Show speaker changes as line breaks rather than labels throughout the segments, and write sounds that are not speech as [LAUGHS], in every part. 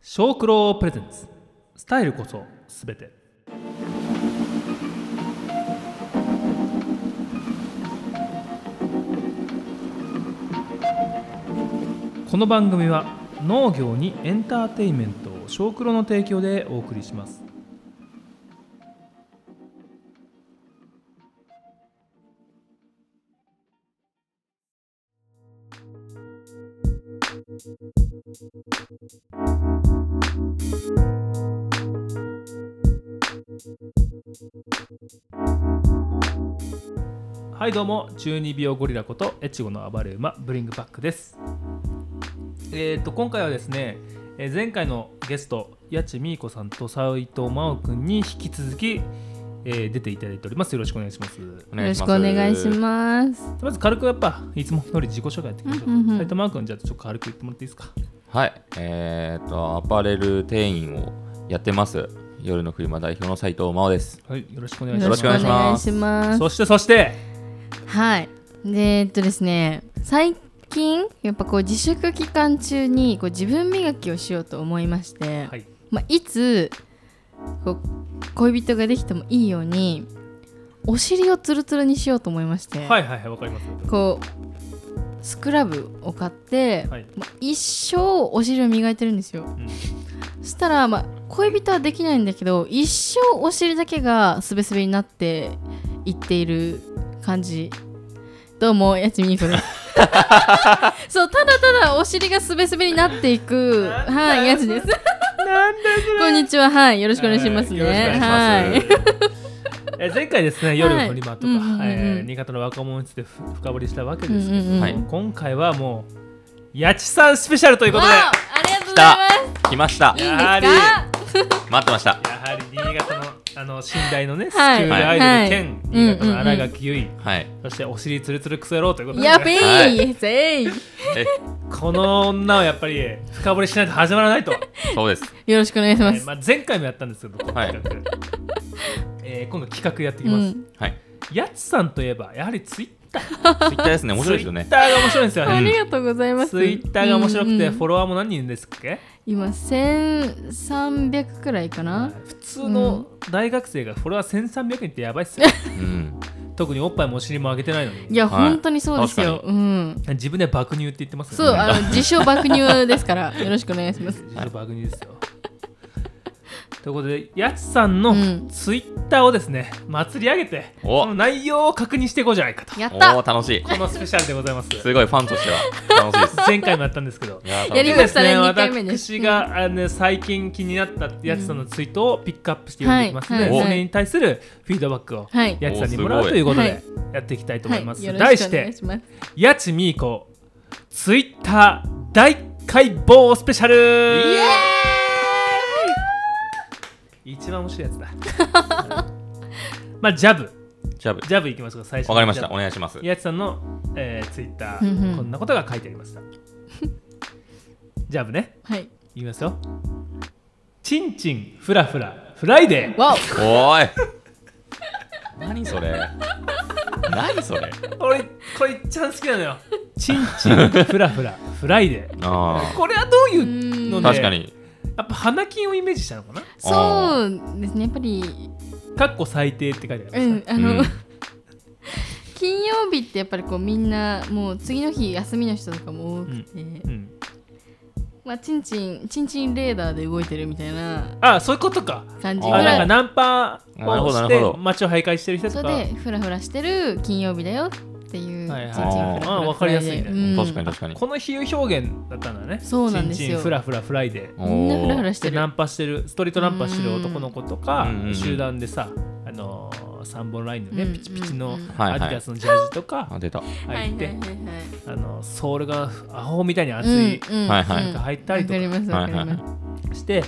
小九郎プレゼンツスタイルこそすべてこの番組は農業にエンターテインメントを小九郎の提供でお送りしますはいどうも12秒ゴリラことエチゴの暴れ馬ブリングバックですえー、と今回はですね、えー前回のゲスト八千美子さんと斎藤真央くんに引き続き、えー出ていただいておりますよろしくお願いします
よろしくお願いし
す。
ます。
まず軽くやっぱいつも通り自己紹介やっていきましょう
うんうんうん
斎藤真央くんじゃあちょっと軽く言ってもらっていいですか
はい、えっと、アパレル店員をやってます。夜の車代表の斉藤真央です。
はいよろしくお願いし
よ
ま
ろ
す
しくお願いします。
そしてそして
はい。で、えっとですね、最近やっぱこう自粛期間中にこう自分磨きをしようと思いまして、
はい
まあいつこう恋人ができてもいいようにお尻をツルツルにしようと思いまして、
はいはいはいわかります
こうスクラブを買って、
はい
まあ一生お尻を磨いてるんですよ、
ん
そしたら、まあ、恋人はできないんだけど一生お尻だけがすべすべになっていっている感じどうもやちみにこです
[LAUGHS]
そうただただお尻がすべすべになっていくはい
[LAUGHS]
やつですこんにちははいよろしくお願いしますね
はいよろしくお
は
願いし
い
ます。え前回ですね夜のフリマとか、
はいうんうんうん
えー新潟の若者についてふ深掘りしたわけですけ
うんうんうん
ど、
はい
今回はもう八千さんスペシャルということで
わおありがとうござい
来ました
ます。いいん
やはり
ですか
待ってました。
やはり新潟のあの寝台のねスク
はい
ールアイドル兼、
はい
新潟の新垣結衣、
はい。
そしてお尻つるつるクソ野郎ということで、
やべ
は
え、
い
ぜい
え、
この女はやっぱり深掘りしないと始まら
[LAUGHS]
ないと、
そうです。
よろしくお願いし
え
ま
ー
す。
まあ、前回もやったんですけど、この企画えー今度企画やっていきます、
うん
はい。
やつさんといえばやはりツイッター
ツイッター
[LAUGHS]
ですね。面白いですよ
ツイ
ね
ッ。ターが面白いんですよ
あ
ね
りがとうございます。
ツイッターが面白くて
うん
フォロワーも何人ですっけ、
今1300くらいかな。
普通の大学生がフォロワー1300人ってやばいっすよ
うん。
特におっぱいもお尻も上げてないのに
いや、
はい
本当にそうですよ。うん。
自分で爆乳って言ってます
そう、
ね
あの自称爆乳ですから、よろしくお願いし
[LAUGHS]
ます。
自称爆乳ですよということでやつさんの
うん
ツイッターをですね祭り上げて
お
その内容を確認していこうじゃないかと
やっ
お
た
ー、楽しい。
このスペシャルでございます
すごいファンとしては楽しいです。
前回もやったんですけど
いやー、
[LAUGHS] やり
楽しい
ましたね
で
二回目です
私が、あのね最近気になったやつさんのツイートをピックアップして読んでいきますので、
はい
はい
それに対するフィードバックを
はい
やちさんにもらうということ
おー
ですやっていきたいと思
はいい、
ます。
よろ
題
し
し
くお願い
て
します。
やちみーこツイッター大解剖スペシャル一番面白いやつだ。 [LAUGHS] まあジャブ
ジャブ。
ジャブいきましょうか最初の
わかりました。
ジャ
お願いします
ブ。やちさんの、えー、ツイッタ
うんう
ー
ん
こんなことが書いてありま
[LAUGHS]
した。ジャブね。
はい。
言いますよ。チンチンフラフラフライデー。
わ
お
[LAUGHS]
ーい。何それ。何それ。
俺これ一番好きなのよ。チンチンフラフラフライデー。
あ
これはどうい
お。う
うの
ん
あ。
で、
確かに。
やっぱ花金をイメージしたのかな。
そうですね、やっぱり、
かっこ最低って書いてあ
う
りま
ん
し、
あ
う
の
ん。
金曜日ってやっぱりこうみんなもう次の日休みの人とかも多くて、
た。うん。
まあチンチンチンチンレーダーで動いてるみたいな
あ、そういうことか。
感じ
あ、
ぐ
あ
なん
ら
か
い
ナンパ
な
を
るほど
し
なるほ
て
ど
街を徘徊してる人
そ
とか。
れでフラフラしてる金曜日だよっていう
はいはい
チンチンフラフラ
あーわかりやすいね
うん
確かに確かに。
この比喩表現だったんだね。
そうなんですよ
チンチンフラフラフライデー。
お
みんなフラフ
ー
ラして
ナ
る
ンパしてるストリートナンパしてる男の子とか、
うんうんうん
集団でさ、あのー、3本ラインのね、
うん
ピチピチの
うん
はいは
ア
い
ディダスのジャージとか
あ、出た。
入って、
はい
あのーソールがアホみたいに熱
はい
い
うんうん
はいはい
うん
が入ったりと
わかりますわかります、
はい
して、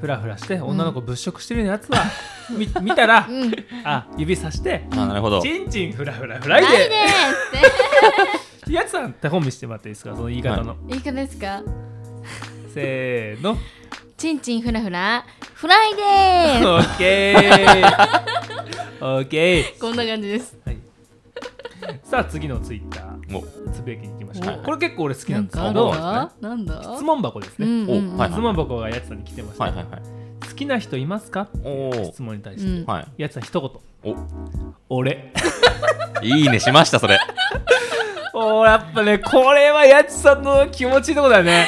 ふらふらして女の子物色してるやつは、み [LAUGHS] 見たら、
うん
あ指さして
あ、なるほど。
チンチンフラフラフ
ラ
ラ
イ
イ
デーっ
デー
て
やつさんって本見してもらっていいですかその言い方の、
いいかですか
せーの
チンチンフラフラフライデ
オ [LAUGHS]
ー
ッケーオッケー
こんな感じです
はい、さあ次のツイッター
お
つぶやきに行きまし
したはい
これ結構俺好き
な
なん
ん
です
か
け
ある
ど
かなんだ
質問箱です
う
ね、
んうんうん
おはい
質問箱がやつさんに来てました、
はいはいはい
好きな人いますかっていう
おー
質問に対
う
して、
ん
はい
やつさん一言
お
俺
いいねしましたそ
[LAUGHS]
れ
[LAUGHS] おーやっぱねこれはやつさんの気持ちいいとこだよね、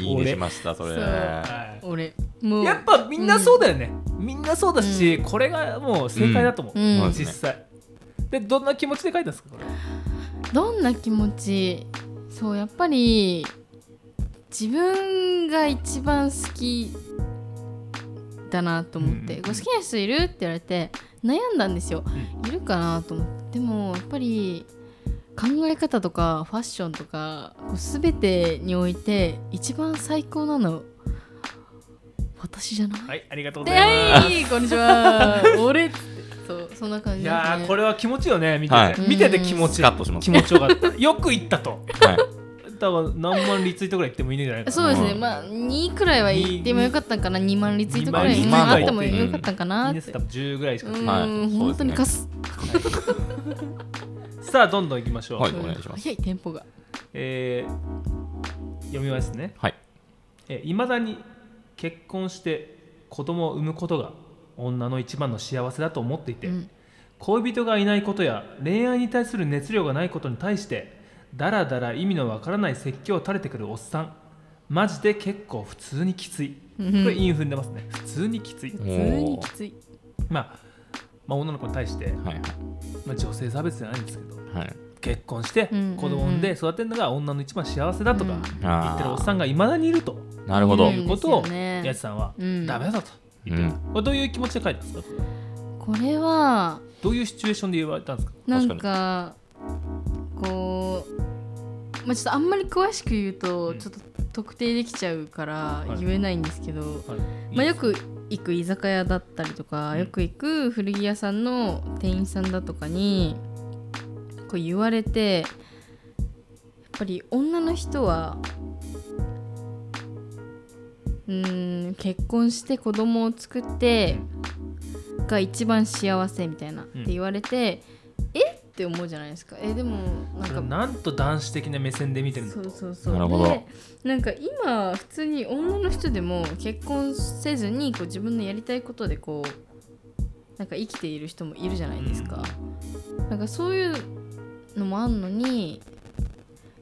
いいねしましたそれ
そう
は
俺も
いうやっぱみんなそうだよね、みんなそうだし、これがもう正解だと思う、
うんうん
実際でどんな気持ちで書いたんですかこれ
どんな気持ちそうやっぱり自分が一番好きだなと思って
う
「
ん
ご好きな人いる?」って言われて悩んだんですよ、いるかなと思ってでもやっぱり考え方とかファッションとかこう全てにおいて一番最高なの私じゃない、
はいありがとうご
で
ざいます
はいこんにちは俺ってそうそんな感
い
じです、ね、
やーこれは気持ちいいよね見てて、
はい
見てて気持ち
ス
いい
カッとします
気持ちよかったよく言ったと
はい
だから何万リツイートぐらい言ってもいいんじゃないかな
そうですね、
うん
まあ2くらいは行ってもよかったんかな2万リツイートくらい
二万
あってもよかったんか
イ
なっ
ン
て
スタ10ぐらいしか
う
来て
ん、
ない、
はいそうですね
本当にかす、
さあどんどんいきましょう、
はいお願いします
早いテンポが
えー、読みますね
はい
いまだに結婚して子供を産むことが女の一番の幸せだと思っていて、
うん
恋人がいないことや恋愛に対する熱量がないことに対してだらだら意味のわからない説教を垂れてくるおっさんマジで結構普通にきついこ
うん
れインフんでますね普通にきつい
普、通にきつい
まあ、まあ女の子に対して、
はい
まあ、女性差別じゃないんですけど
はい
結婚して
うんうんうん
子供産んで育てるのが女の一番幸せだとか
うん
言ってるおっさんがいまだにいると
なるほど
う
い
ん
うこと
うん
を
ですよね
やつさんは
うん
ダメだと言ってる、これどういう気持ちで書いたんですか
これは
どういうシチュエーションで言われたんですか
なんか
確
こう、まあ、ちょっとあんまり詳しく言うと
うん
ちょっと特定できちゃうから
はい
言えないんですけど、
はい
まあ、よく行く居酒屋だったりとか、
うん
よく行く古着屋さんの店員さんだとかにこう言われてやっぱり女の人はうーん結婚して子供を作ってが一番幸せみたいなっ
うん
て言われて、えって思うじゃないですかえでもな
そ
ん
れ
か
はなんと男子的な目線で見てるんだ
そ
と
うそうそう
なるほど
でなんか今普通に女の人でも結婚せずにこう自分のやりたいことでこうなんか生きている人もいるじゃないですか、なんかそういうのもあんのに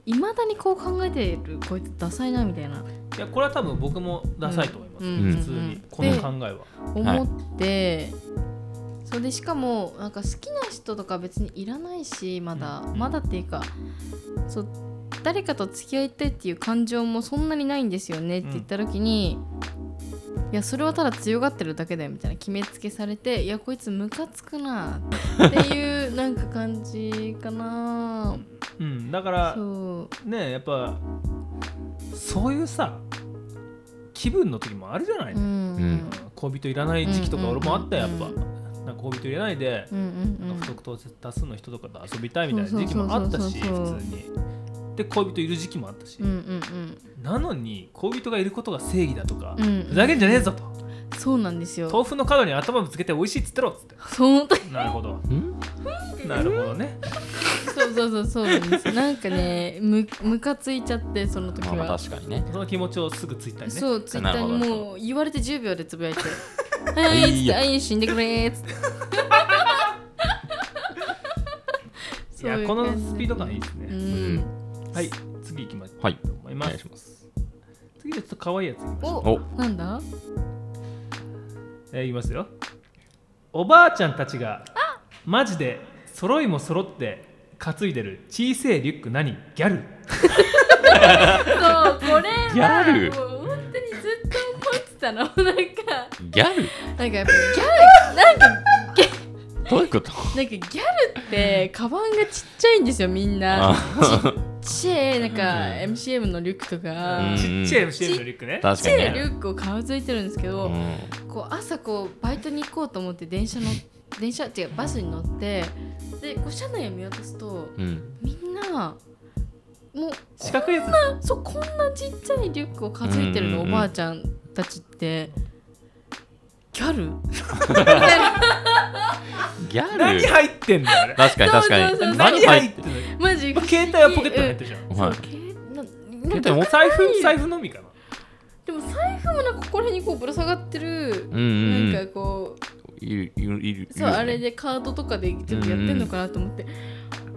いまだにこう考えてるこいつダサいなみたいない
やこれは多分僕もダサいと思います、
うん
うん
普通
うんう
に
ん
この考えは、
思って、それでしかもなんか好きな人とか別にいらないしまだ、
うん
まだっていうかそう誰かと付き合いたいっていう感情もそんなにないんですよねって言った時に、いやそれはただ強がってるだけだよみたいな決めつけされていやこいつムカつくなっていうなんか感じかな
うん、だから
そう
ねやっぱそういうさ気分の時もあるじゃない、
うんうん
恋人いらない時期とか
うんうん
俺もあったよや
う
っ
ん
ぱ、なんか恋人いらないで、
うんうんう
なん
ん
か不特多数の人とかと遊びたいみたいな時期もあったし
そうそうそうそう
普通にで恋人いる時期もあったし、
うんうん
なのに恋人がいることが正義だとか、
うんうん
ふざけんじゃねえぞと
そうなんですよ
豆腐の角に頭ぶつけて美味しいっつってろっつって [LAUGHS]
そう
なるほど
うん
なるほどね
そうそうそうそうなんですなんかねむむかついちゃってその時
まあ
は、
まあ確かにね
その気持ちをすぐツイッターにね
そうツイッター
な
に
るほど
もう言われて10秒でつぶやいて「はい」っつっ
いい
て「
よ
はい死んでくれ」っつって
いやこのスピード感いい
い
です
う
ね、
ん
はい次行きましょ
はいう
と思い
お
ます,、
願いします
次はちょっと可愛いやついきましょう
お
お
な
[LAUGHS]
んだ
えー、いきますよおばあちゃんたちがマジで揃いも揃って担いでる小せいリュック何ギャル
そうこれ
ギャル
はもう本当にずっと思ってたの [LAUGHS] なんかなんか
ギャル
やっぱギャルなんか
どういうこと
なんかギャルってカバンがちっちゃいんですよみんな
あ
ちっちゃいなんか MCM のリュックとか、
うん
ちっちゃい MC のリュックね
確
ち
か
っ
に
ちゃいリュ
ね
ックを買うついてるんですけど、
う
こう朝こうバイトに行こうと思って電車の電車っていうかバスに乗ってでこう車内を見渡すと
んうん
みんなもう
四角いやつ
そうこんなちっちゃいリュックを担いでるの、
うんうんうん
おばあちゃんたちってギャルみたいな
ギャ
何
ル
入ってんのあれ
確かに確か
そうそうそう
に
何入ってんの
マジ
まあ携帯はポケットに入ってるじゃん
そ
は
う
い
携ななん
携帯
か
持つ
財布財布のみかな
でも財布もなんかここら辺にこうぶら下がってる、
うんうん
な
うんん
かこう
いるいるいる
そうあれ
で
でカードとかで全部やってんのかなと思って、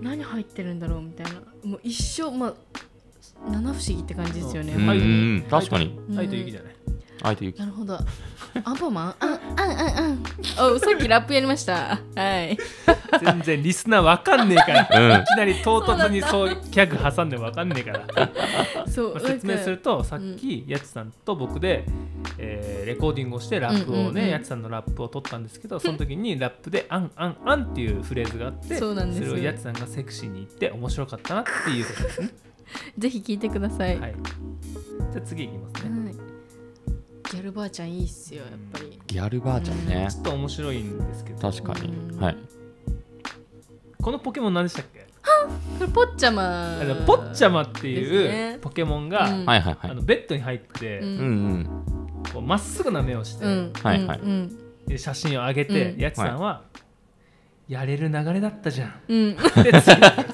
何入ってるんだろうみたいなもう一生まあ七不思議って感じですよね、
うんう
は
ん
い
うん確かに
うん
愛と雪じゃない
相手ゆき
なるほどアンパンマンあんあんあんあんおさっきラップやりましたはい
全然リスナーわかんねえ
[LAUGHS]
から
う
いきなり唐突にそういうギャグ挟んでわかんねえから
そう
まあ説明するとさっきやちさんと僕で、えーレコーディングをしてラップをね、
うんうんうん
やちさんのラップを撮ったんですけどその時にラップで「あんあんあん」っていうフレーズがあって
そうなんですよ
れをやちさんがセクシーに言って面白かったなっていうことですね。
ぜひ聞いてください、
は
はい
い、じゃあ次いきますね。
ギャルばあちゃんいいっすよやっぱり
ギャルばあちゃんね
ちょっと面白いんですけど
確か
うん
にはい
このポケモン何でしたっけ
これポッチャマ
あのポッチャマって
です
い
ね
うポケモンが、
うん
はいはいは
あ
い
のベッドに入ってて
うん
うんうん
こうま、っすぐな目をして、
うん
はいはい
うん
で写真を上げて、
うん
やちさんは、やれる流れだったじゃん」
うん
で
[LAUGHS]
次いや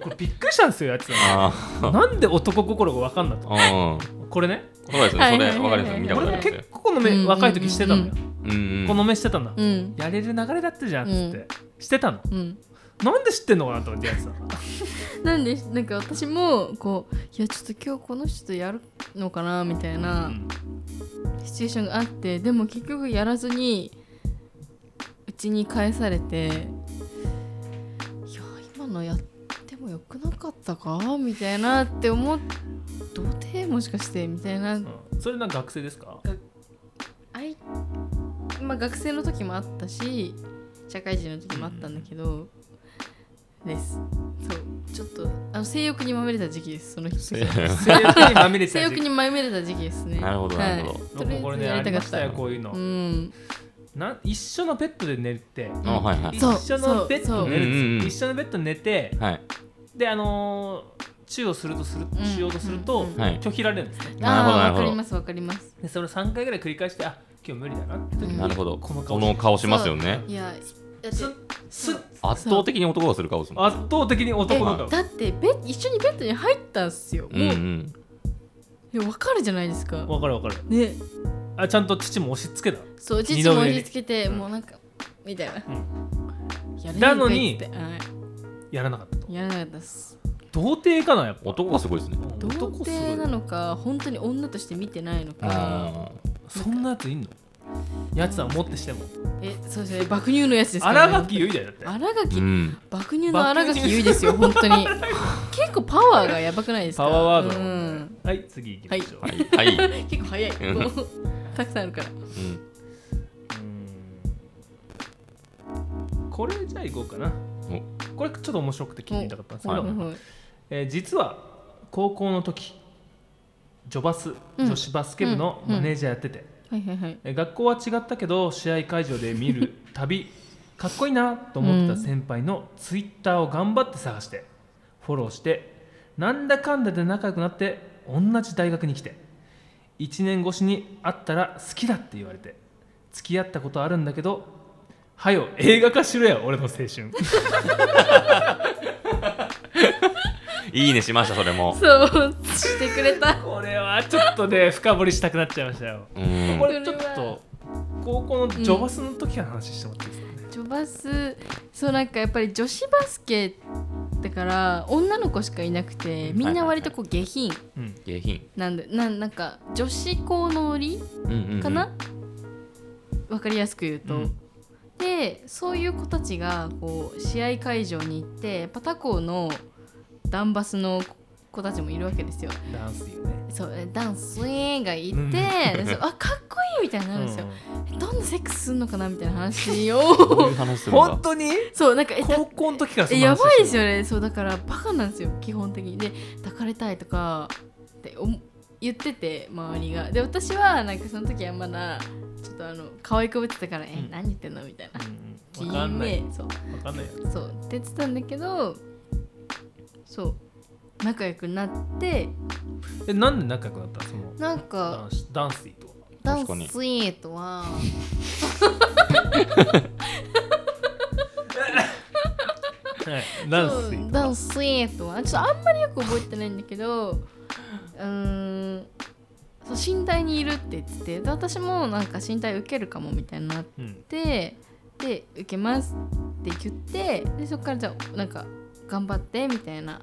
これびっくりしたんですよやつは
あ
なんで男心が分かんなと
あ
これね
そうです
は
ね
い
それ
はいはい
わかります見たこ
俺
と
も
ありますよ
結構この目、
うん
若い時してたのよ、
うんうん
この目してたの、
うん
やれる流れだったじゃんっつって、
うん
してたの
うん
なんで知ってんのかなと思ってやつさんは
なんでなんか私もこういやちょっと今日この人とやるのかなみたいな
うん
シチュエーションがあってでも結局やらずにうちに返されていや今のやってもよくなかったかみたいなって思っ童貞もしかしてみたいな
うんそれなんか学生ですか
あい、まあ、学生の時もあったし社会人の時もあったんだけど、ですそうちょっとあの性欲にまみれた時期ですその人
性欲にまみれて
性
た
欲
時期
にまみれた時期ですね
なるほどなるほど
とりあえず
これね
や
あり
りた
ま
かっ
した
た
よこういうの、
うん
なん一緒のベッドで寝て
[LAUGHS] あはいはい
一緒のベッドで寝るんですよ
そうそううんうんうん
一緒のベッドで寝て
はい
であのー、チューをするとするしようとすると、
うんうんうん
はい
拒否られるんですね
なるほど
あ
な
ー
る
わ
ほ
かり
ど
ますわかります
でそれを3回ぐらい繰り返してあ今日無理だなって時に
なるほど
こ
こ
の
の
顔
顔しますよね
いやだって
すす
そう
圧倒的に男がする顔ですもん
圧倒的に男の顔
えだってベッ一緒にベッドに入ったんすよ
うん
もう
うん
いやわかるじゃないですか
わかるわかる
ね
あちゃんと父も押し付けた
そう
二
父
度
も
目
押し付けて
うん
もうなんかみたいなやれ
なのに
んかいっつっては
やらなかったと
いやらなかったっす
童貞かなやっぱ
男がすごいですね
童
男すご
貞
い
なのか本当に女として見てないのか
あ
そんなやついんのやつは持ってしても
えそうですね爆乳のやつですから
荒
ね
垣結衣だよだっ
新垣
ーうん
爆乳の荒垣結衣ですよ本当に結構パワーがやばくないですか
パワーワード
うん、
てはい次行きましょう、
はいはい
結構早いこうたくさんあ [LAUGHS] るから
うん
うーんこれじゃあ行こうかなこれちょっと面白くて聞いてみたかったんですけど、
はいはい
えー実は高校の時ジョバス、
うん
女子バスケ部のマネージャーやってて、
はいはい
えー学校は違ったけど試合会場で見るたびかっこいいなと思ってた先輩のツイッターを頑張って探してフォローしてなんだかんだで仲良くなって同じ大学に来て1年越しに会ったら好きだって言われて付き合ったことあるんだけどはよ映画化しろよ俺の青春
いいねしましたそれも
そうしてくれた
これはちょっとね深掘りしたくなっちゃいましたよ
うん
これちょっと高校のジョバスの時の話してもらっていいですかね、
ジョバスそうなんかやっぱり女子バスケだから女の子しかいなくてみんな割とこう下品
うん
下品
なんでなんなんか女子校の売り
うんうんうん
かな、わかりやすく言うと、
うん
でそういう子たちがこう試合会場に行ってやっぱ他校のダンバスの子たちもいるわけですよ
ダンスよね
そうえダンスイーンがいて、
うん
でそうあかっこいいみたいになるんですよ、えどんなセックスするのかなみたいな話
こう [LAUGHS]
を
いう話するんだ
本当に
そうなんかえだ
高校の時から
えやばいです
よ
よねそうだからバカなんですよ基本的にで抱かれたいとかっておも言ってて周りがで私はなんかその時はまだちょっとあの可愛くぶってたから「え
うん
何言ってんの?」みたいな「
わかんない
人名そう
わかんないよ
そうって言ってたんだけどそう仲良くなって
えなんで仲良くなったのその
なんか
ダンスダンスイとは
ダ
確
ンス
かに
スイートは
はい、ダンス
そうダンススイートはちょっとあんまりよく覚えてないんだけどうーんそう新体にいるって言っててで私もなんか新体受けるかもみたいになっ
うん
てで受けますって言ってでそっからじゃあなんか頑張ってみたいな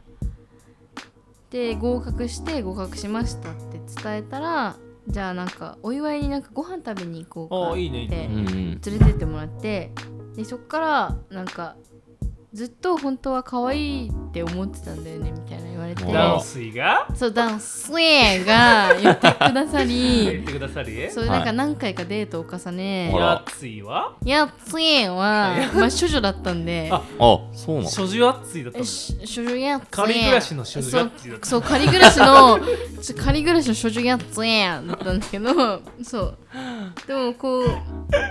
で合格して合格しましたって伝えたらじゃあなんかお祝いになんかご飯食べに行こうか
あ
っ
ー
て
いいねいいね
うんうん
連れてってもらってでそっからなんかずっと本当は可愛いって思ってたんだよねみたいな言われて
うん
ダンスイが
そうダンス
[LAUGHS]
イが言ってくださ
言っ
り
てくださり
そうなんか何回かデートを重ね
ほら
やついは
やっついはまあ処女だったんで
あ
あそうなの
所持やついだったん
え
だ
し処女やっつい
仮暮らしの所持
そ
や
う
ついだった
そう仮暮らしのちょ仮暮らしの処女やっついだったんですけどそうでもこう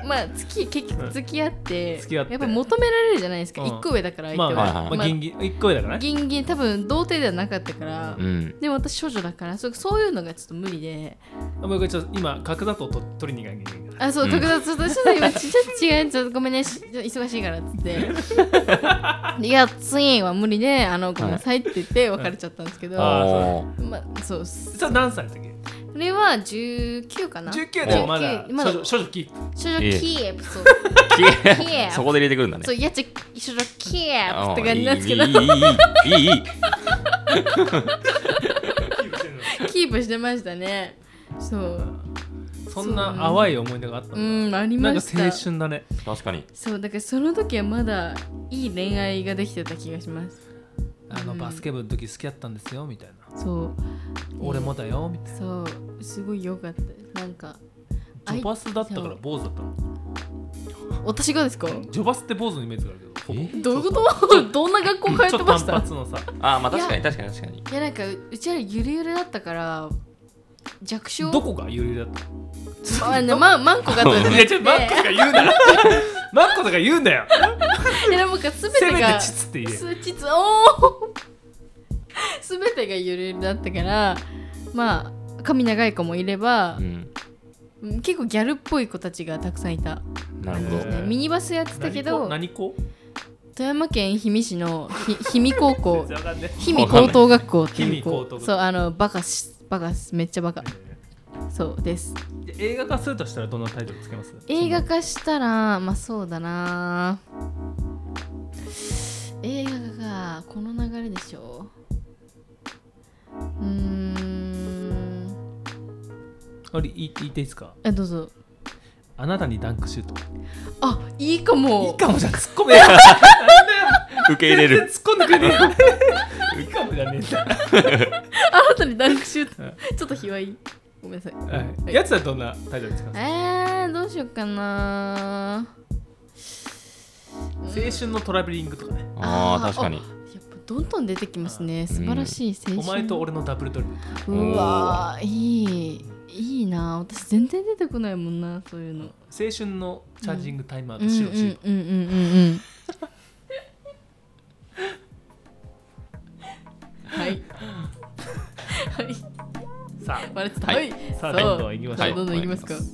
まあ付き結
うん
局付き合って,、
付き合って
やっぱ求められるじゃないですか、
うん
一個上だから相手
まあ
は、
まあ、
はいはい
まあ、ギンギン1個上だからね
ギンギン多分童貞ではなかったから、
うん
でも私少女だからそうそういうのがちょっと無理で
もう一回ちょっと今角砂糖と取りに行かなきゃいけないから
あそう
うん
特撮、ちょっと今ちょっと違うちょっとごめんねしちょっと忙しいからっつってでいやツインは無理であのごめんなさいって言って別れちゃったんですけど、
あーそう
お
まあそうそ
それ何歳の時
れは19かな
?19 でもまだ
まだ
処女処女キープ
少女キープそう
ー
キエフ
そこで入れてくるんだね
そうやっちゃ少女キープ
あ
って
ー
感じなんですけど
いいいいいいいいいいい
キープしてんの
キープしてましたねそう
そんな淡い思い出があったの
う
か
んあり
なん
ま
か
した
青春だね
確かに
そうだからその時はまだいい恋愛ができてた気がします
あの
うん
バスケ部の時好きだったんですよみたいな、
そう
俺もだよみたい
そうすごい良かったですなんか
なジョバスだったから坊主だったの
私がですか
ジョバスって坊主のイメージがあるけどほぼ
え
どういうことどんな学校通
ち
っ
ょ
て
っと
ま
短
した
髪のさ
あーまあ
いや
確かに確かに確かに
いやなんかううちらゆるゆるだったから弱小
どこがゆるゆるだった
まあねまマンコがとかじゃなく
い
て
やちょマックとか [LAUGHS] 言うな [LAUGHS] マックとか言うんだよ
いやなんか全
せ
て
め
が
てチツって言え
すちつおお [LAUGHS] 全てがゆるゆるだったからまあ髪長い子もいれば
う、ん
うん結構ギャルっぽい子たちがたくさんいた、
なるほ
え
ど
ー
ねミニバスやってたけど
何子
富山県氷見市のひ [LAUGHS] 氷見高
何 [LAUGHS]
校
子全然わかんねえ
氷見高等学校っていう
氷見高等
校
学校
そうあのバカしバカしめっちゃバカ
え
そうです
ー映画化するとしたらどんなタイトルつけます
映画化したらまあそうだな映画がこの流れでしょううーん
あれ言い言っていいですか
あどうぞ
あなたにダンクシュート
あいいかも
いいかもじゃん突っ込めよなんだよ
受け入れ
全然
る
突っ込んでくれねえいいかもじゃねえんだ
あなたにダンクシュ
う
ートちょっと卑猥ごめんなさい
はいやつはどんなタイトルですか
えー、どうしようかな
青春のトラベリングとかね
あ
[LAUGHS] あ
ー
ー
確かに
やっぱどんどん出てきますね素晴らしい青春
お前と俺のダブルトリプル
うわーいいいいな私全然出てこないもんなそういうの
青春のチャージングタイマー
う
と
んうん
白チー
うんうんうんうんはいはい
ムさ
笑ってた
はい
はい
さあ
そう
どんどん行きましょう
はいどんどん行きますか
あ、うん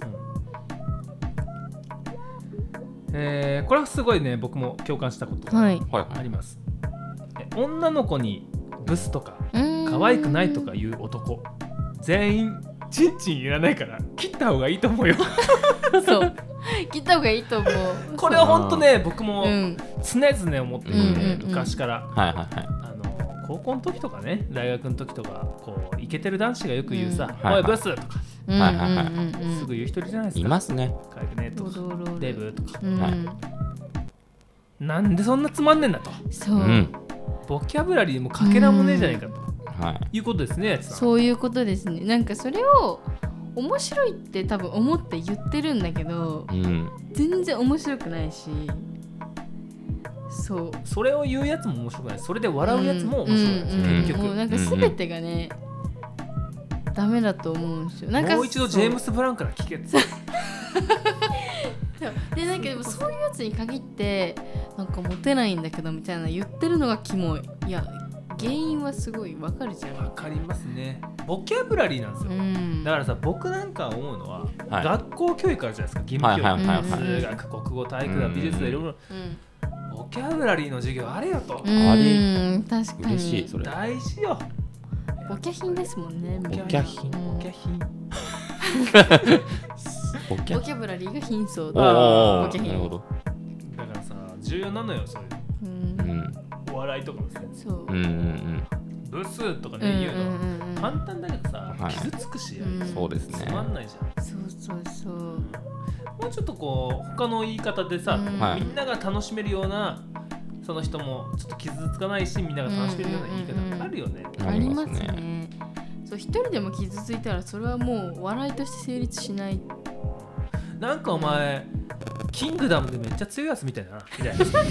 えーこれはすごいね僕も共感したことが
はい
はいは
あ
い
ります、え女の子にブスとか
うーん
可愛くないとか言う男全員チンチンいらないから切った方がいいと
[LAUGHS]
思うよ
そう切った方がいいと思う
これは本当ね僕も
うん
常々思っていて、
うんうん
うん
昔から
はいはいはい
あの高校の時とかね大学の時とかこうイケてる男子がよく言うさ「
うん
お
はいいはい
ブス!」とか
うん
はいはいはい
うんうんうん
すぐ言う人いるじゃないです
い
か
ますね
「かわいくね」と
ロ
か
ロ
「
ロ
デブ」とか
うん
はい
「なんでそんなつまんねえんだ」と
そううん
ボキャブラリーもかけらもねえじゃないかと
はい
いうことですねやつさん
そういうことですねなんかそれを面白いって多分思って言ってるんだけど
うん
全然面白くないしそう
それを言うやつも面白くないそれで笑うやつも面白くない、
うんうんうん
結局
もうなんか全てがね、ダメだと思うんですよなんか
もう一度ジ
そう
ェームス・ブランから聞けって
でなんかでもそういうやつに限ってなんかモテないんだけどみたいな言ってるのがキモいいや原因はすごいわかるじゃ
わ
ん
かりますねボキャブラリーなんですよ、
うん
だからさ僕なんか思うのは、
はい
学校教育あるじゃないですか義務教育、
はい
はいはいはい
数学国語体育だ
うん
美術だいろいろ
うん
ボキャブラリーの授業あれよと、
あれ
うん確かに
嬉しいそれ
大事よ
ボキャ品ですもんね
ボ
キ
キ
ャ
ャ
品
品
うん
ボキャ品
ボキ
ボ
ャ
キャブラリーが貧相
お
あ
だ
ー
お
ボキ
ー
ャ品
なるほど
だからさ重要なのよそういう
うん
うん
お笑いとかもさ
そう
うんうん
ブスとか
うんう
ね、
ん
言うの、
うんうん
簡単だけどさ、
はい
傷つくし、
うん
うんそうですね
つまんないじゃん
そうそうそう
もうちょっとこう他の言い方でさ、
うん
はい
みんなが楽しめるようなその人もちょっと傷つかないしみんなが楽しめるような言い方あるよね、
ありますねそう一人でも傷ついたらそれはもう笑いとして成立しない
なんかお前キングダムでめっちゃ強いやつみたいだなみたい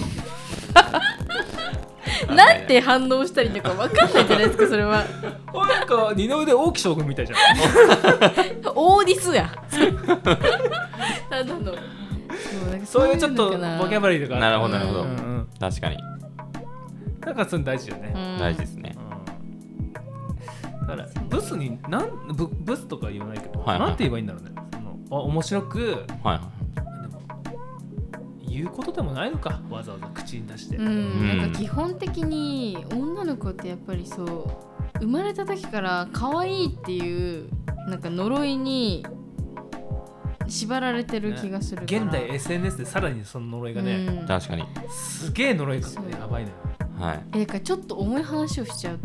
な
[LAUGHS] なんて反応したりとかわかんないじゃな
[LAUGHS]
いですかそれは
なんか二の腕大き将軍みたいじゃん
オーディ
[LAUGHS]
スやただのそうなんか
そういうちょっと
の
ボ
かな
キャブラリーとか
なる
ほ
ほどなるほど、
うんうん、
確かに
だからそれ大事よね、
うん
大事ですね、
だからブスになんブブスとか言わないけど、
はいはい
なんて言えばいいんだろうねそのあ面白く
はいは
でも言うことでもないのかわざわざ口に出して、
う
うん
ん、なんか基本的に女の子ってやっぱりそう生まれた時から可愛いっていうなんか呪いに縛られてる気がするから、
現代 SNS でさらにその呪いがね、
うん
い確かに
すげえ呪いかかって
そう
やばいのよ、
はい
えなんかちょっと重い話をしちゃう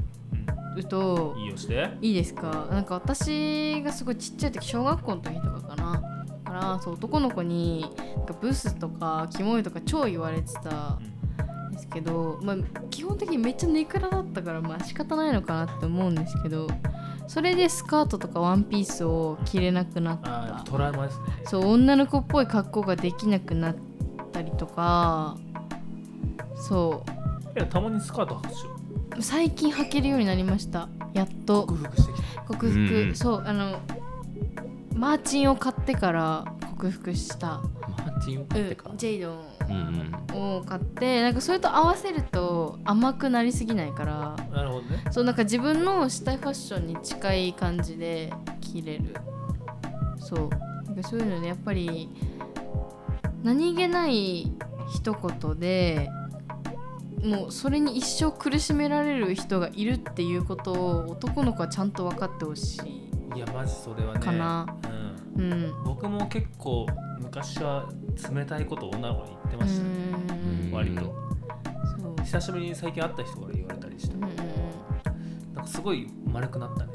と
うん、いいよして
いいですかなんか私がすごいちっちゃい時小学校の時とかかなからそう男の子になんかブスとかキモいとか超言われてたですけど、まあ、基本的にめっちゃネクラだったからまあ仕方ないのかなって思うんですけどそれでスカートとかワンピースを着れなくなっ
ああ
た
トラウマですね
そう女の子っぽい格好ができなくなったりとかそ
いやたまにスカート履くでしょ
う最近履けるようになりましたやっと
克服してき
克服、
うん
そうあのマーチンを買ってから克服した、
マーチンを
う
買ってか
ん、ジェイドン
うんうん
を買ってなんかそれと合わせると甘くなりすぎないから
たなるほどね
そうなんか自分のしたいファッションに近い感じで着れるそうなんかそういうのでやっぱり何気ない一言でもうそれに一生苦しめられる人がいるっていうことを男の子はちゃんと分かってほしい
いやマジそれはね
かな
うん、
うんう
僕も結構昔は冷たいことを女の子に言って
ー
ましたね、
ん
ん
割と、
うん
そう
久しぶりに最近会った人から言われたりして、
うんうん
なんかすごい丸くなったね、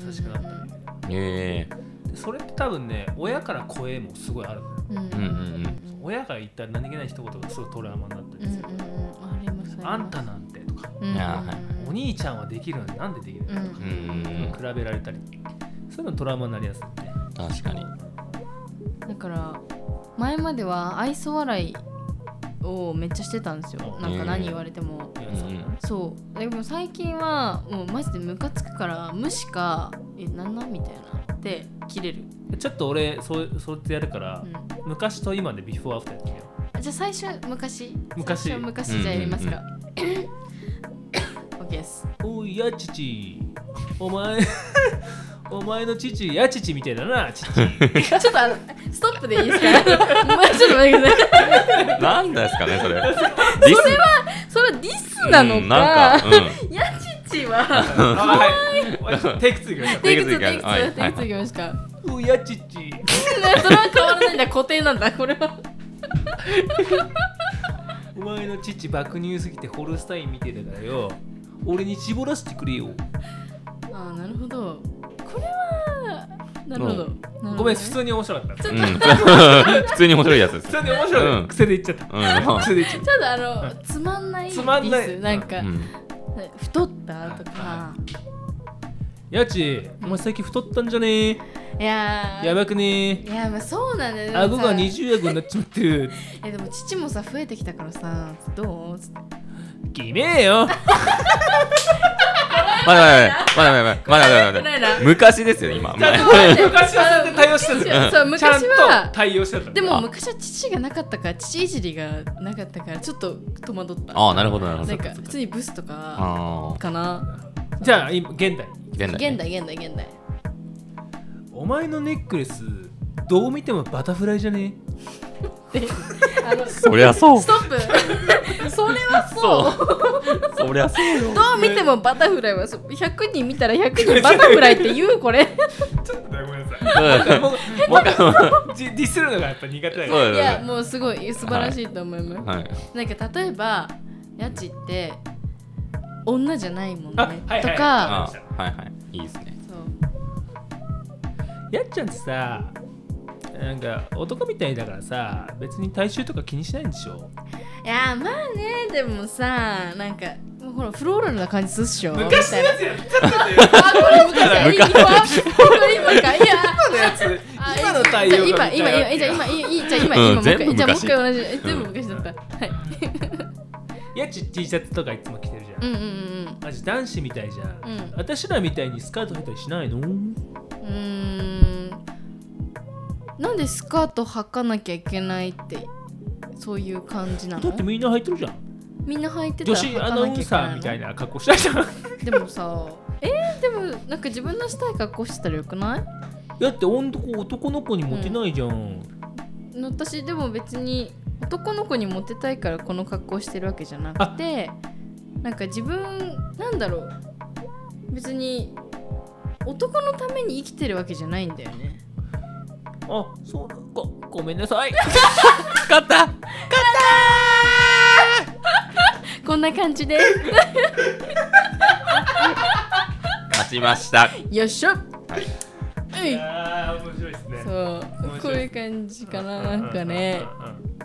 うん
優しくなったね、
ええ
でそれって多分ね親から声もすごいあるのよ
うんうんう
うん
んうん
親が言った何気ない一言がすごいトラウマになった
うん
り
う
する、
んありますります
あんたなんてとか、
うんうんうん
あーはい
お兄ちゃんはできるのになんでできないのとか
う、ん
比べられたりそういうのトラウマになりやすいよね
確かに
だから前までは愛想笑いをめっちゃしてたんですよ
うん
なんか何言われても、
いやそうだね
そうでも最近はもうマジでムカつくから無視か「えなんなん?」みたいなで切れる、
ちょっと俺そうそうやってやるか
う
ら、
ん
昔と今でビフォーアフターやってみよ
あじゃあ最初昔
昔
最初昔じゃあやりますか OK です
うおいやちちお前 [LAUGHS] お前の父やちちみたいだな
[LAUGHS]
ちち
ちょっとあのストップでいいですかもうちょっと待ってください
なんですかねそれディス
それディスなのか,、
うんなんかうん
やちちは
あはいテイク2いきましょ
テイク2テ
テイ
イ
ク
ク
ツー
2テイク2いきますか
うおいやちち
それは変わらないんだ固定なんだこれは
お前の父爆乳すぎてホルスタインみてえだからよ俺に絞らせてくれよ
ああなるほどこれはなるほど、
う
なるほどね
ごめん普通に面白かった
ちょっ
うん、 [LAUGHS] 普通に面白いやつです。
普通に面白い、
うん
癖で言っちゃっ
うん、
た癖で言っちゃっ
ちょっとあのつまんない
つまんない
ディスなんか、
うん
太ったとか
は、たやちお前最近太ったんじゃね
い、やー
えやばくね
いやまあそうなんだ
え
よでもさ
顎が二重顎になっちまってる
えでも父もさ増えてきたからさどうつって
きめえよ
まだまだまだまだまだまだまだまだまだ昔ですよ今
ちゃんと昔はそうやって対応してたんですよ
そう昔は
ちゃんと対応してた
でも昔は父がなかったから父いじりがなかったからちょっと戸惑った
ああなるほどなるほ
な
ど
んか普通にブスとか
ああ
かな
じゃあ今現代
現代ね
現代現代現代
お前のネックレスどう見てもバタフライじゃね
[LAUGHS] あのス
そりゃそう
トップそれはそう
そりゃそうよ
どう見てもバタフライはそう100人見たら100人バタフライって言うこれ
ちょっとごめんなさい
もう一回そうだ
[LAUGHS] じディスるのがやっぱ苦手だから
よ
いや
ね
もうすごい素晴らしいと思います、
はい
なんか例えばやちって女じゃないもんね
あはいはい
と
あ
か
あーはいはいいいですね
そう
やっちゃんってさなんか男みたいだからさ別に体臭とか気にしないんでしょ
いやまあねでもさなんかもうほらフローラルな感じすっしょ
昔の
みたいな
やつやっ
あこれ昔
昔
今これ今かいや
た
あ
今の対応
今
が見
今
たいわ
今
け
じゃあ今いいいいじゃあ今
うん
今もう一
全部
回じゃあもう
昔
一回同じえ全部昔だったはい
やっち T シャツとかいつも着てるじゃん、
うんうん
マジ男子みたいじゃん、
うん
私らみたいにスカート履いたりしないの
うんうんうーんなんでスカート履かなきゃいけないってそういう感じな
だっ
の
てみんな履いてるじゃん
みんな履いてた
女
ら
子
履
ア
か
ナウ
なきゃ
ン
いけ
サ
ない
ー
の
みたいな格好したじゃん
でもさえー、でもなんか自分のしたい格好してたらよくない
だって男男の子にモテないじゃん、
私でも別に男の子にモテたいからこの格好してるわけじゃなくてなんか自分なんだろう別に男のために生きてるわけじゃないんだよね
あそうなんかごめんなさ [LAUGHS] い
勝った
こんな感じ
[LAUGHS]
で
勝ちました
よっしょうい
やー面白いですね
そう
面白い
こういう感じかななんかね、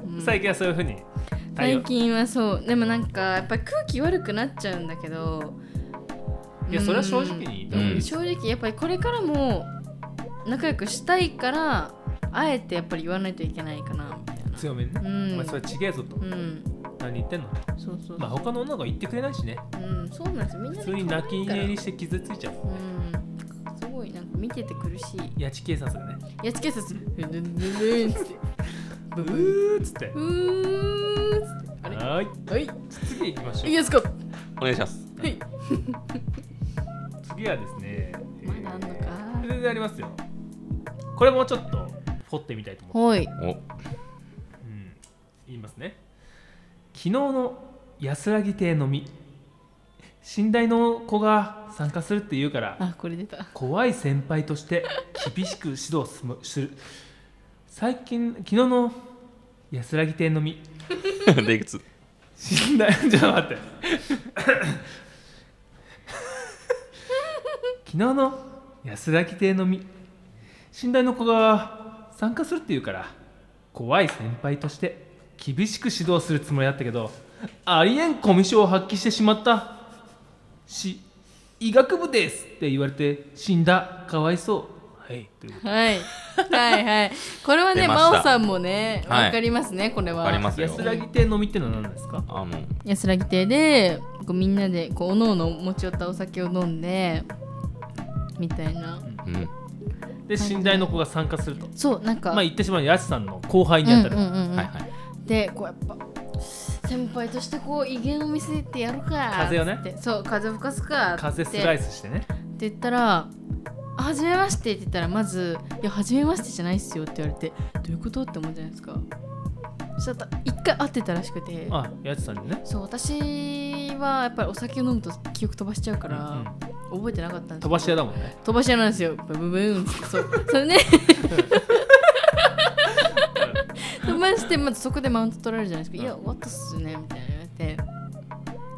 うんうんうん
う
うん
ん
最近はそういうふうに対応
最近はそうでもなんかやっぱり空気悪くなっちゃうんだけど
いやそれは正直に言った方がいい
うん
正直やっぱりこれからも仲良くしたいからあえてやっぱり言わないといけないかなみたいな
強めにね、
うん
お前それちげえぞと、
うん
何言ってんの
そうそうそう、
まあ他の女の子は言ってくれないしね
うんそうなんですよみんな
普
で
通に泣き
可愛
寝
い
入
から
りして傷ついちゃう
うんすごいなんか見てて苦しい
やち警察がね
やっつけ
[LAUGHS]
さすブンブンブンブンっつって
う
ブブン
ーっつって
うーんっつってあれ
はーい
はい
次行きましょ
いういですかは
お願いします
い
次はですね
まだあんのか
えー全然ありますよこれもちょっと掘ってみたいと思う、
ほい
お
うん、言いますね昨日の安らぎ亭飲み寝台の子が参加するって言うから
あこれ出た
怖い先輩として厳しく指導すむする最近昨日の安らぎ亭のみ
でいくつ
信頼ちょっと待って昨日の安らぎ亭のみ信頼の子が参加するって言うから怖い先輩として厳しく指導するつもりだったけどありえんコミュ障を発揮してしまったし医学部ですって言われて死んだかわいそうはいというこ
はい、はいはいこれはね
出ました
真央さんもね
はい
わかりますね、これは
わかりま
と
す
で
よ
安らぎ亭のみってのは何ですか
あの
安らぎ亭でこうみんなでこうおのおの持ち寄ったお酒を飲んでみたいな
うん
で信頼の子が参加すると
そうなんか、
まあ言ってしまうやすさんの後輩
うん
に
う
あ
ん
た
う
る、
んうん
はいはい
でこうやっぱ先輩としてこう威厳を見せてやるか
風をね
つってそう風吹かすか
風ス
って
ライスしてね
って言ったら「はじめまして」って言ったらまず「いやはじめましてじゃないっすよ」って言われてどういうことって思うじゃないですかちょっと一回会ってたらしくて
あやつさんにね
そう私はやっぱりお酒を飲むと記憶飛ばしちゃうから、
うんうん
覚えてなかったんですけど
飛ばし屋だもんね
飛ばし屋なんですよブブブー
[LAUGHS]
ンってそうそれね飛ばしてまずそこでマウント取られるじゃないですか「いや終わったっすよね」みたいな言われて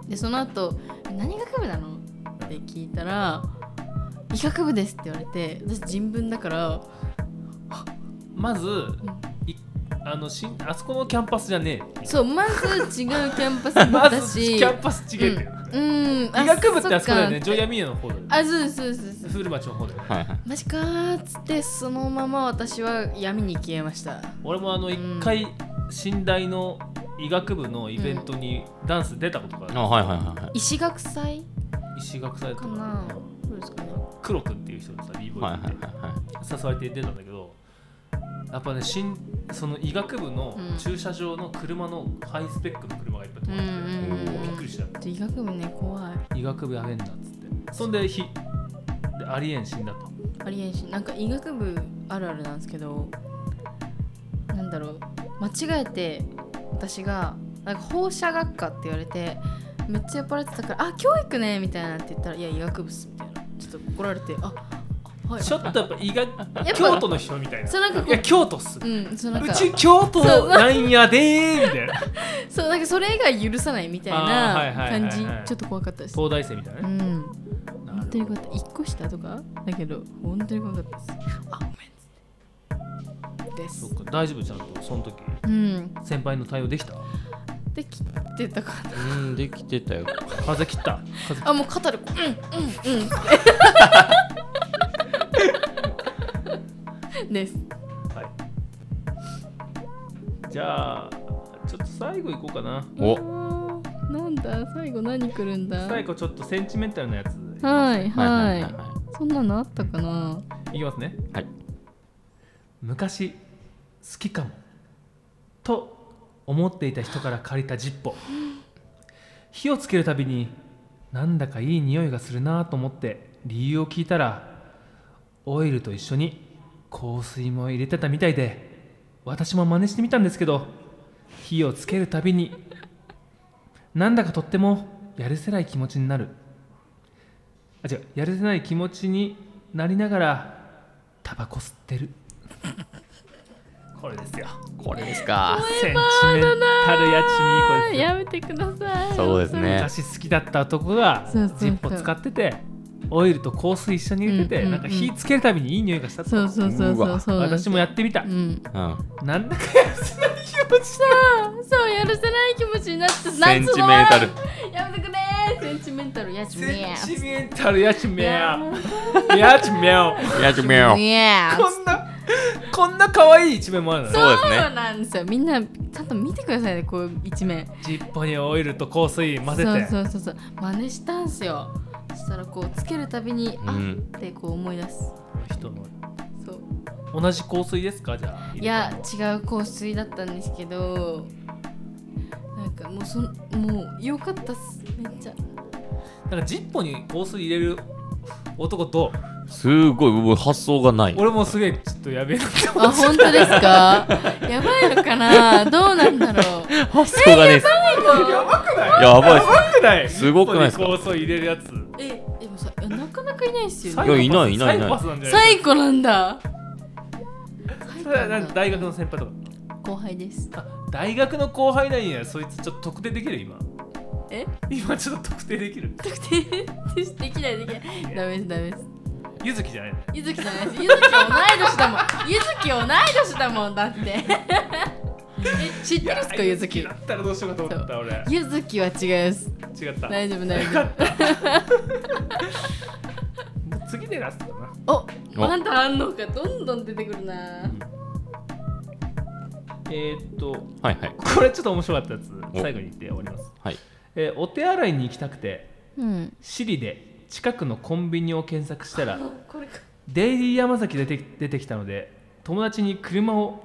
でその後え何学部なの?」って聞いたら「医学部です」って言われて私人文だから
まず、いあのしんあそこのキャンパスじゃね
[LAUGHS] そうまず違うキャンパス
え [LAUGHS] ま
だ
ず
し
キャンパス違えてる、
うん、うん、
医学部ってあそこだよね
っ
ジョイ
て
アミーヤの方だよね
あそうですそうですそうです
古町の方だよね、
はいはい
マジかーっつってそのまま私は闇に消えました
俺もあの一回寝台の医学部のイベントにダンス出たことがある、
あはいはいはいはい
石学祭
石垣サイト
か
と
な
か
どうですかね
黒くんっていう人にさ b ボ
はい
ー
は
イ
い
って
はいはい
誘われて出たんだけどやっぱねしんその医学部の
うん
駐車場の車のハイスペックの車がいっぱい止
うん
ま
う
ってて、
ん
びっ
う
く
ん
りした
ちょ医学部ね怖い
医学部やめんなっつってそんでひでありえん死んだと
ありえんしなんか医学部あるあるなんですけどなんだろう間違えて私がなんか放射学科って言われてめっちゃ酔っ払ってたから「あ教育ね」みたいなって言ったら「いや医学部っす」みたいなちょっと怒られて「ああはい」
ちょっとやっぱ医学
ぱ
京都の人みたいな
そうなんかこう
いや京都っす
うんそうなん
う
か
ち京都なんやでーみたいな
そうなんかそれ以外許さないみたい
あーはい
な
はいはいは
感
い
じちょっと怖かったです
東大生みたいうなね
ん
な
本
る
当に
ほど
怖かった1個下とかだけど本当に怖かったですあごめんっつってで
そ
す
っか大丈夫ちゃんとその時
うん
先輩の対応で
[LAUGHS]
きた
で切ってたから
うんできてたよ
風邪切った風
あもう肩でこううんうん
[LAUGHS]
うんです
邪はいじゃあちょっと最後いこうかな
お
あーなんだ最後何来るんだ
最後ちょっとセンチメンタルなやつ
はいは
は
い、
いは
そんなのあったかない
きますね
いはい
昔好きかもと思っていた人から借りたジッポ火をつけるたびになんだかいい匂いがするなと思って理由を聞いたらオイルと一緒に香水も入れてたみたいで私も真似してみたんですけど火をつけるたびになんだかとってもやるせない気持ちになるあ違うやるせない気持ちになりながらタバコ吸ってるこれですよ
これですか
センチメンタルやちみいこですよ
やめてください
そうですね
昔好きだった男が
そうそうそう
ジッポ使っててオイルと香水一緒に入れてて、
うんうんうん
なんか火つけるたびにいい匂いがしたと
そうそうそうそうそうなんです
私もやってみた、
うん
うん
なんだかやるせない気持ち
さあそうやるせない気持ちになって
センチメータル
やめてくれーセンチメンタルやちめや
センチメンタルやちめや
もう
やちめよ
やってみよう
いやー
こんなこんな可愛い一面もあるのね
そうですね
そうなんですよ。みんなちゃんと見てくださいね、こう一面。
ジッポにオイルと香水混ぜて
そうそうそうそう。真似したんすよ。そしたらこうつけるたびに、
う
あ
ん
ってこう思い出す。
人の
そう。
同じ香水ですかじゃあ
いや違う香水だったんですけど、なんかもうそんもう良かったっす。めっちゃ。
なんかジッポに香水入れる男と
すごいもう発想がない
俺もすげえちょっとやべえなって思
あ本当ですか。やばいのかな。どうなんだろう。
発想がね
ばくない
やばいっす
くない
すごくないですか
ジッポに香水入れるやつ
えでもさいやなかなかいないっすよ
サ
ね。
イコパス
いやいないいないいない
サイコパスなんじゃない
最後なんだ。
それはなん
だ
大学の先輩とか
後輩です。
あ大学の後輩なんやそいつちょっと特定できる今
え
今ちょっと特定できる
特定できないできないダメですダメです
ゆずきじゃないの
ゆずきじゃないですゆずき同い年だもんゆずき同い年だもんだってえ知ってるっすかゆず
い
き
やだったらどうしようかと思った俺
ゆずきは違います
違った
大丈夫大丈
次でラストだな
夫お
お
あんたあんのかどんどん出てくるな
えー、っと
はいはい
これちょっと面白かったやつ
お
最後に言って終わります、
はい
えーお手洗いに行きたくて
うん
シリで近くのコンビニを検索した
[LAUGHS]
ら
これか
デイリー山崎出て出てきたので友達に車を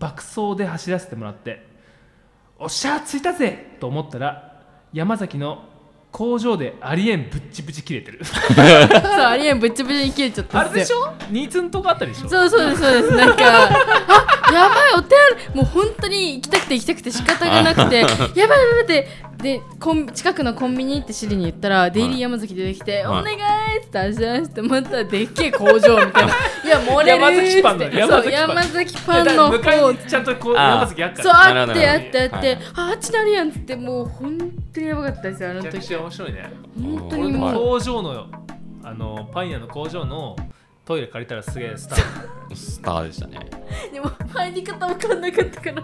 爆走で走らせてもらって「おっしゃ着いたぜ!」と思ったら山崎の工場でありえんぶっちぶち切れてる
そうありえんぶっちぶちに切れちゃった
あ
っすよ
れでしょニーツンとかあったでしょ
そうそうですそうです
[LAUGHS]
なんかあやばいお手洗いもう本当に行きたくて行きたくて仕方が
[LAUGHS]
なくてやばいやばいやばいってでコン近くのコンビニってシリに言ったら、デイリー山崎出てきて「
はい
お願い!」って足し合わせてまたでっけえ工場
[LAUGHS]
みたいな「いや漏れる!」
山崎パンの
ってそ
山
う山崎パン
だから
の方
向かいにちゃんとこう
あー
山崎あっか
そう
ら
あ
な
っ
るほど
てあ
なる
っ
ほ
て
ど
あって、
はいはい
ああっちなるやんっつってもう本当にやばかったですよあ
め
の
ちゃく
時
ちゃ面白いね
本当
俺
にも
も
う
工場のあのパン屋の工場のトイレ借りたらすげえスター
スターでしたね
でも入り方わかんなかったから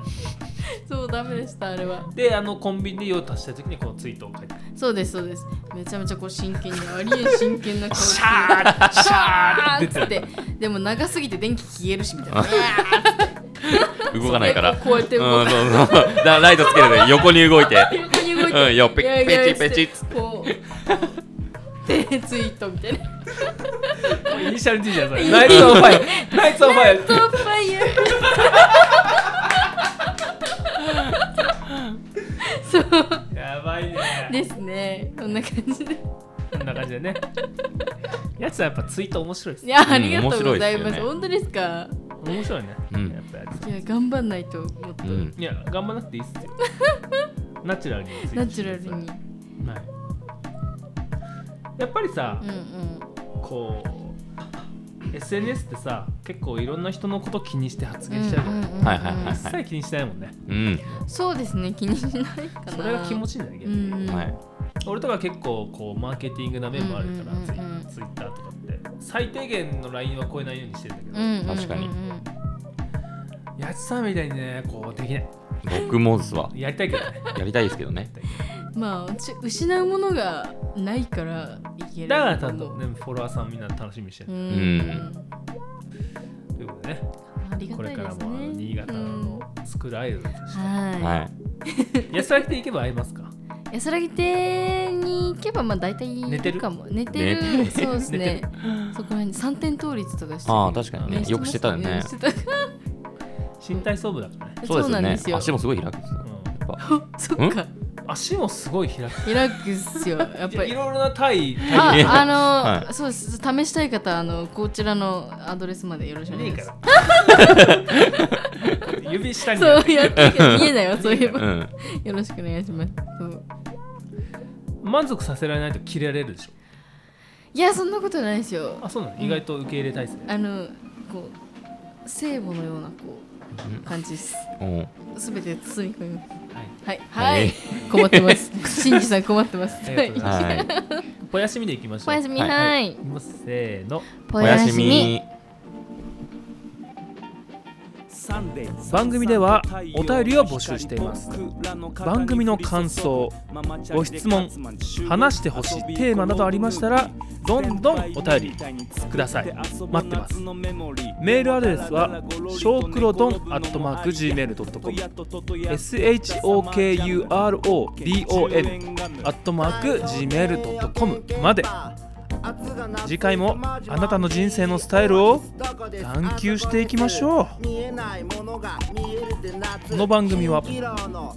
そうダメでしたあれは。
であのコンビニで用足した時にこのツイートを書いて
そうですそうですめちゃめちゃこう真剣にありえん真剣な顔してシャ
あシ
ー
ャ
っつってでも長すぎて電気消えるしみたいな
動かないから
こうやって
う
動
ん
く
そうそうだからライトつけるで横に動いて
横に動いて
うんよペチ
いやい
ペ
や
チペチっつ
こうテレツイートみたいな。
イニシャル D じゃんそれナイツオンファイアナイツオンファイ
トップファイヤー。そう
アやばいね
ですね。こんな感じで。
こんな感じでねやつはやっぱツイート面白いです
いや、ありがとうござい
面白い
ま
です
す。
よね
本当ですか。
面白いね、
うん
やっぱや
いや、頑張んないと、もっと
う。ん
ついや頑張らなくていいっすよナチュラルにツイートしてくだ
ナ
さい
チュラルに。
はいやっぱりさ、
うんうん。
こう SNS ってさ結構いろんな人のこと気にして発言しちゃうじゃん、
はいはいはい
一切気にしてないもんね
うん
そうですね、気にしないかな。
それが気持ちいいんだけど、
うん
はい
俺とか結構こうマーケティングな面もあるから、
うんうんうんうん
ツイツイッターとかって最低限のラインは超えないようにしてるんだけ
う
ど、
んうんうんうん
確かに
やつさんみたいにねこうできない
僕もっすわ
やりたいけどね
やりたいですけどね
まあうち失うものがないからいける
だから
と
多
思う
分ねフォロワーさんみんな楽しみにして
う
る、
ん、
うん
ということでね
ありが
こ
た
れ
い
か
で
ら
す
もあの
ね
新潟のスクールアイドルとし
うんはい、
は
て安らぎて行けば会えますか
安らぎ亭に行けばまあ大体いいかも寝てる
寝
そうです
寝
ね
て
そこら辺に三点倒立とかしてる
ああ確かにねよくしてたよね
してた
身体操部だからね、
い
そ
そうう
なんで
ですす
よ
よね足もすごい開くんですよ
う
そっか
ん、足もすごい開く
開くっすよやっ
い
ぱ
やい
り
ろいろな体位
あ
いや
あの、
は
そうです試したい方はあのこちらのアドレスまでよろしくお願
い
い
い
し
か
ます
ら指下に
そうやったけど見えないわそういえば
うん
よろしくお願いします。そう
満足させられないと切れられるでしょ
いやそんなことないですよ。
あそうなの意外と受け入れたいですね
あのこう聖母のようなこう感じです。
うん
すべて包み込みます。
はい
はいは
はい
い困ってます。シンジさん困ってます。
ありがとうございま
[LAUGHS] はい
ぽやしみでいきましょう
おやすみ
はい
はい
いきますせーの
ぽ
おやすみ
番
番
組
組
で
で
は
は
お
お
便
便
り
り
を
を
募
募
集
集
し
してて
い
い
ま
ますす
番
番
組
組
の
の
感
感
想
想
ご
ご
質
質
問
問
話
話
し
してて
ほ
ほ
し
し
い
い
テ
テ
ー
ー
マな
マな
ど
ど
あ
あ
り
り
ま
ま
し
したた
ら
ら
ど
ど
ん
ん
ど
ど
ん
ん
お
お
便
便り
りく
く
だ
だ
さ
さ
い
い
待
待
っ
ってて
ま
ますす
メ
メ
ー
ー
ル
ル
ア
ア
ド
ド
レ
レ
ス
ス
は
は
shokudon
shokrodon
アットマーク gmail.com まで
次回もあなたの人生のスタイルを探求していきましょうこの番組は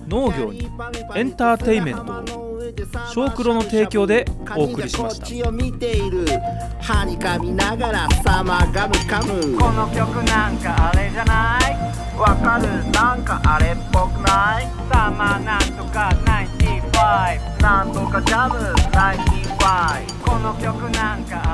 農業にエンターテイメントを小黒の提供でお送りしました歯に噛みながら様ガムカム
この曲なんかあれじゃないわかるなんかあれっぽくないサマーなんとか95なんとかジャム95この曲なんかあれ